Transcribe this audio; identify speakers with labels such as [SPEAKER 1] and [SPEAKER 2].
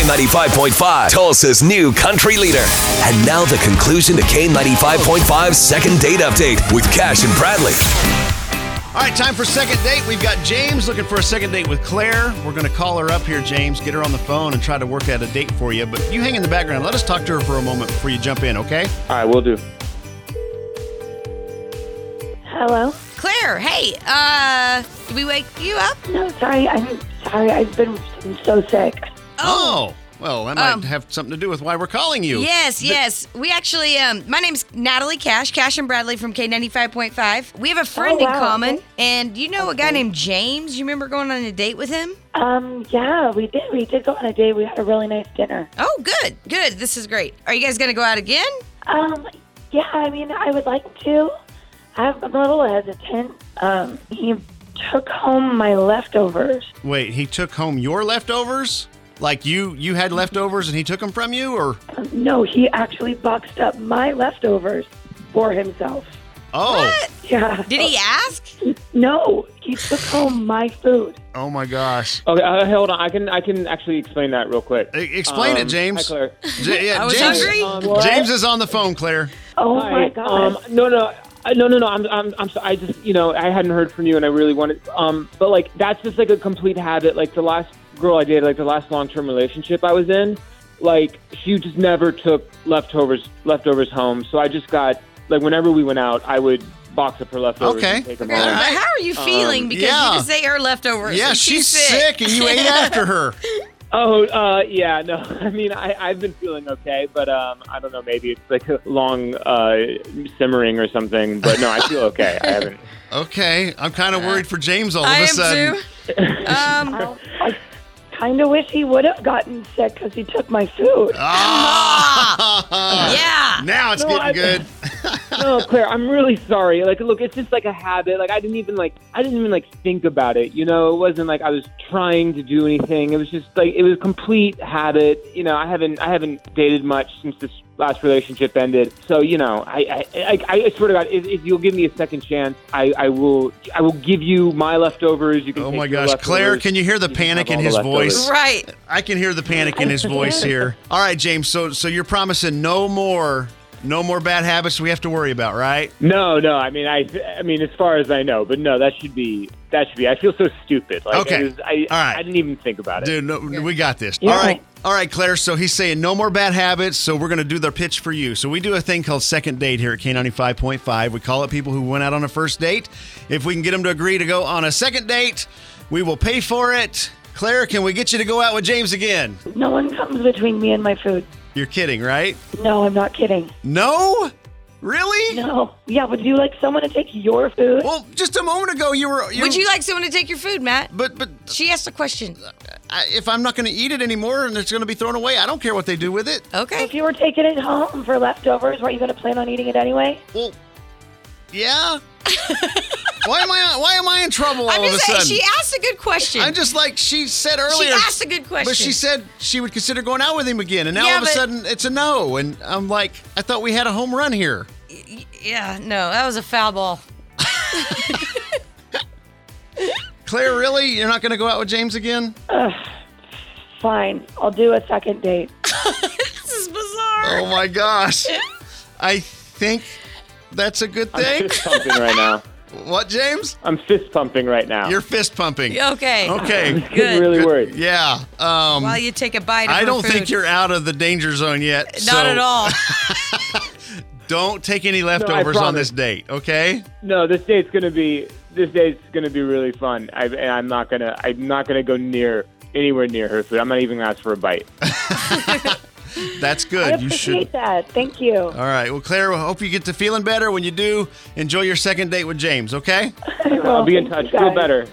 [SPEAKER 1] K95.5, Tulsa's new country leader. And now the conclusion to K95.5's second date update with Cash and Bradley.
[SPEAKER 2] All right, time for second date. We've got James looking for a second date with Claire. We're going to call her up here, James, get her on the phone and try to work out a date for you. But you hang in the background. Let us talk to her for a moment before you jump in, okay?
[SPEAKER 3] All right, we'll do.
[SPEAKER 4] Hello.
[SPEAKER 5] Claire, hey, uh, did we wake you up?
[SPEAKER 4] No, sorry. I'm sorry. I've been I'm so sick.
[SPEAKER 2] Oh, well, that might
[SPEAKER 5] Um,
[SPEAKER 2] have something to do with why we're calling you.
[SPEAKER 5] Yes, yes. We actually, um, my name's Natalie Cash, Cash and Bradley from K95.5. We have a friend
[SPEAKER 4] Oh, wow,
[SPEAKER 5] in common,
[SPEAKER 4] okay.
[SPEAKER 5] and you know a guy named James. You remember going on a date with him?
[SPEAKER 4] Um. Yeah, we did. We did go on a date. We had a really nice dinner.
[SPEAKER 5] Oh, good, good. This is great. Are you guys going to go out again?
[SPEAKER 4] Um. Yeah. I mean, I would like to. I'm a little hesitant. Um. He took home my leftovers.
[SPEAKER 2] Wait, he took home your leftovers? Like you you had leftovers and he took them from you or
[SPEAKER 4] Um, no, he actually boxed up my leftovers for himself.
[SPEAKER 2] Oh.
[SPEAKER 4] Yeah.
[SPEAKER 5] Did
[SPEAKER 2] Uh,
[SPEAKER 5] he ask?
[SPEAKER 4] No, he took home my food.
[SPEAKER 2] Oh my gosh.
[SPEAKER 3] Okay, uh, hold on. I can I can actually explain that real quick.
[SPEAKER 2] E- explain it,
[SPEAKER 3] Um,
[SPEAKER 2] James.
[SPEAKER 3] Hi, Claire.
[SPEAKER 2] J- yeah,
[SPEAKER 5] I was
[SPEAKER 2] James,
[SPEAKER 5] hungry.
[SPEAKER 3] Um,
[SPEAKER 2] James is on the phone, Claire.
[SPEAKER 4] Oh
[SPEAKER 3] hi.
[SPEAKER 4] my god.
[SPEAKER 3] Um, no, no, I- no, no, no. I'm, I'm, I'm. So, I just, you know, I hadn't heard from you, and I really wanted. Um, but like, that's just like a complete habit. Like the last girl I dated, like the last long-term relationship I was in, like she just never took leftovers, leftovers home. So I just got like, whenever we went out, I would box up her leftovers
[SPEAKER 2] Okay.
[SPEAKER 3] and take them
[SPEAKER 5] But
[SPEAKER 3] home.
[SPEAKER 2] right. Um,
[SPEAKER 5] how are you feeling? because
[SPEAKER 2] yeah.
[SPEAKER 5] you just say her leftovers.
[SPEAKER 2] yeah,
[SPEAKER 5] and
[SPEAKER 2] she's sick. and you ate after her.
[SPEAKER 3] Oh, uh, yeah, no. I mean, I, I've been feeling okay, but um, I don't know. Maybe it's like a long uh, simmering or something. But no, I feel okay. I haven't.
[SPEAKER 2] Okay, I'm kind of worried for James all of
[SPEAKER 5] I
[SPEAKER 2] a
[SPEAKER 5] am
[SPEAKER 2] sudden.
[SPEAKER 5] too. Um,
[SPEAKER 4] Well, I kind of wish he would have gotten sick because he took my food.
[SPEAKER 2] Ah!
[SPEAKER 5] yeah.
[SPEAKER 2] Now it's
[SPEAKER 3] No,
[SPEAKER 2] getting
[SPEAKER 3] I-
[SPEAKER 2] good.
[SPEAKER 3] No, Claire, I'm really sorry. Like, look, it's just like a habit. Like, I didn't even like, I didn't even like think about it. You know, it wasn't like I was trying to do anything. It was just like it was a complete habit. You know, I haven't, I haven't dated much since this last relationship ended. So, you know, I, I, I, I swear to God, if, if you'll give me a second chance, I, I will, I will give you my leftovers. You can.
[SPEAKER 2] Oh
[SPEAKER 3] take
[SPEAKER 2] my
[SPEAKER 3] your
[SPEAKER 2] gosh, Claire,
[SPEAKER 3] leftovers.
[SPEAKER 2] can you hear the
[SPEAKER 3] You can
[SPEAKER 2] panic
[SPEAKER 3] have
[SPEAKER 2] in
[SPEAKER 3] all
[SPEAKER 2] his
[SPEAKER 3] the leftovers.
[SPEAKER 2] voice?
[SPEAKER 5] Right.
[SPEAKER 2] I can hear the panic in his voice here. All right, James. So, so you're promising no more, no more bad habits we have to worry about, right?
[SPEAKER 3] No, no. I mean, I, I mean, as far as I know, but no, that should be, that should be. I feel so stupid. Like,
[SPEAKER 2] Okay.
[SPEAKER 3] it was, I,
[SPEAKER 2] All right.
[SPEAKER 3] I didn't even think about it.
[SPEAKER 2] Dude, no, we got this.
[SPEAKER 4] Yeah.
[SPEAKER 2] All right. All right, Claire. So he's saying no more bad habits. So we're going to do their pitch for you. So we do a thing called second date here at K95.5. We call it people who went out on a first date. If we can get them to agree to go on a second date, we will pay for it. Claire, can we get you to go out with James again?
[SPEAKER 4] No one comes between me and my food.
[SPEAKER 2] You're kidding, right?
[SPEAKER 4] No, I'm not kidding.
[SPEAKER 2] No? Really?
[SPEAKER 4] No. Yeah, would you like someone to take your food?
[SPEAKER 2] Well, just a moment ago you were.
[SPEAKER 5] Would you like someone to take your food, Matt?
[SPEAKER 2] But but
[SPEAKER 5] She asked a question.
[SPEAKER 2] I, if I'm not going to eat it anymore and it's going to be thrown away, I don't care what they do with it.
[SPEAKER 5] Okay.
[SPEAKER 4] If you were taking it home for leftovers, weren't you going to plan on eating it anyway?
[SPEAKER 2] Well, yeah. why am I why am I in trouble all
[SPEAKER 5] I'm
[SPEAKER 2] of a
[SPEAKER 5] just saying,
[SPEAKER 2] sudden?
[SPEAKER 5] she asked a good question.
[SPEAKER 2] I'm just like she said earlier.
[SPEAKER 5] asked a good question.
[SPEAKER 2] But she said she would consider going out with him again, and now
[SPEAKER 5] Yeah,
[SPEAKER 2] all of a
[SPEAKER 5] but-
[SPEAKER 2] sudden it's a no. And I'm like, I thought we had a home run here.
[SPEAKER 5] yeah, no, that was a foul ball.
[SPEAKER 2] Claire, really? You're not going to go out with James again?
[SPEAKER 4] Fine. I'll do a second date.
[SPEAKER 5] This is bizarre.
[SPEAKER 2] Oh my gosh. I think that's a good
[SPEAKER 3] I'm
[SPEAKER 2] thing.
[SPEAKER 3] fist pumping right now.
[SPEAKER 2] what, James?
[SPEAKER 3] I'm fist pumping right now.
[SPEAKER 2] You're fist pumping.
[SPEAKER 5] Okay.
[SPEAKER 2] Okay.
[SPEAKER 5] Good.
[SPEAKER 3] getting really worried.
[SPEAKER 2] Yeah. Um,
[SPEAKER 5] While you take a bite of
[SPEAKER 2] I
[SPEAKER 5] her
[SPEAKER 2] don't think
[SPEAKER 5] food.
[SPEAKER 2] you're out of the danger zone yet.
[SPEAKER 5] Not
[SPEAKER 2] so
[SPEAKER 5] at all.
[SPEAKER 2] Don't take any leftovers on this
[SPEAKER 3] promise.
[SPEAKER 2] date, okay?
[SPEAKER 3] No, this date's gonna be this date's gonna be really fun. I, and I'm not gonna I'm not gonna go near anywhere near her food. I'm not even gonna ask for a bite.
[SPEAKER 2] That's
[SPEAKER 4] I
[SPEAKER 2] good. You
[SPEAKER 4] appreciate
[SPEAKER 2] should.
[SPEAKER 4] that. Thank you.
[SPEAKER 2] All right. Well, Claire, I hope you get to feeling better. When you do, enjoy your second date with James, okay?
[SPEAKER 3] I'll be in touch. Feel better.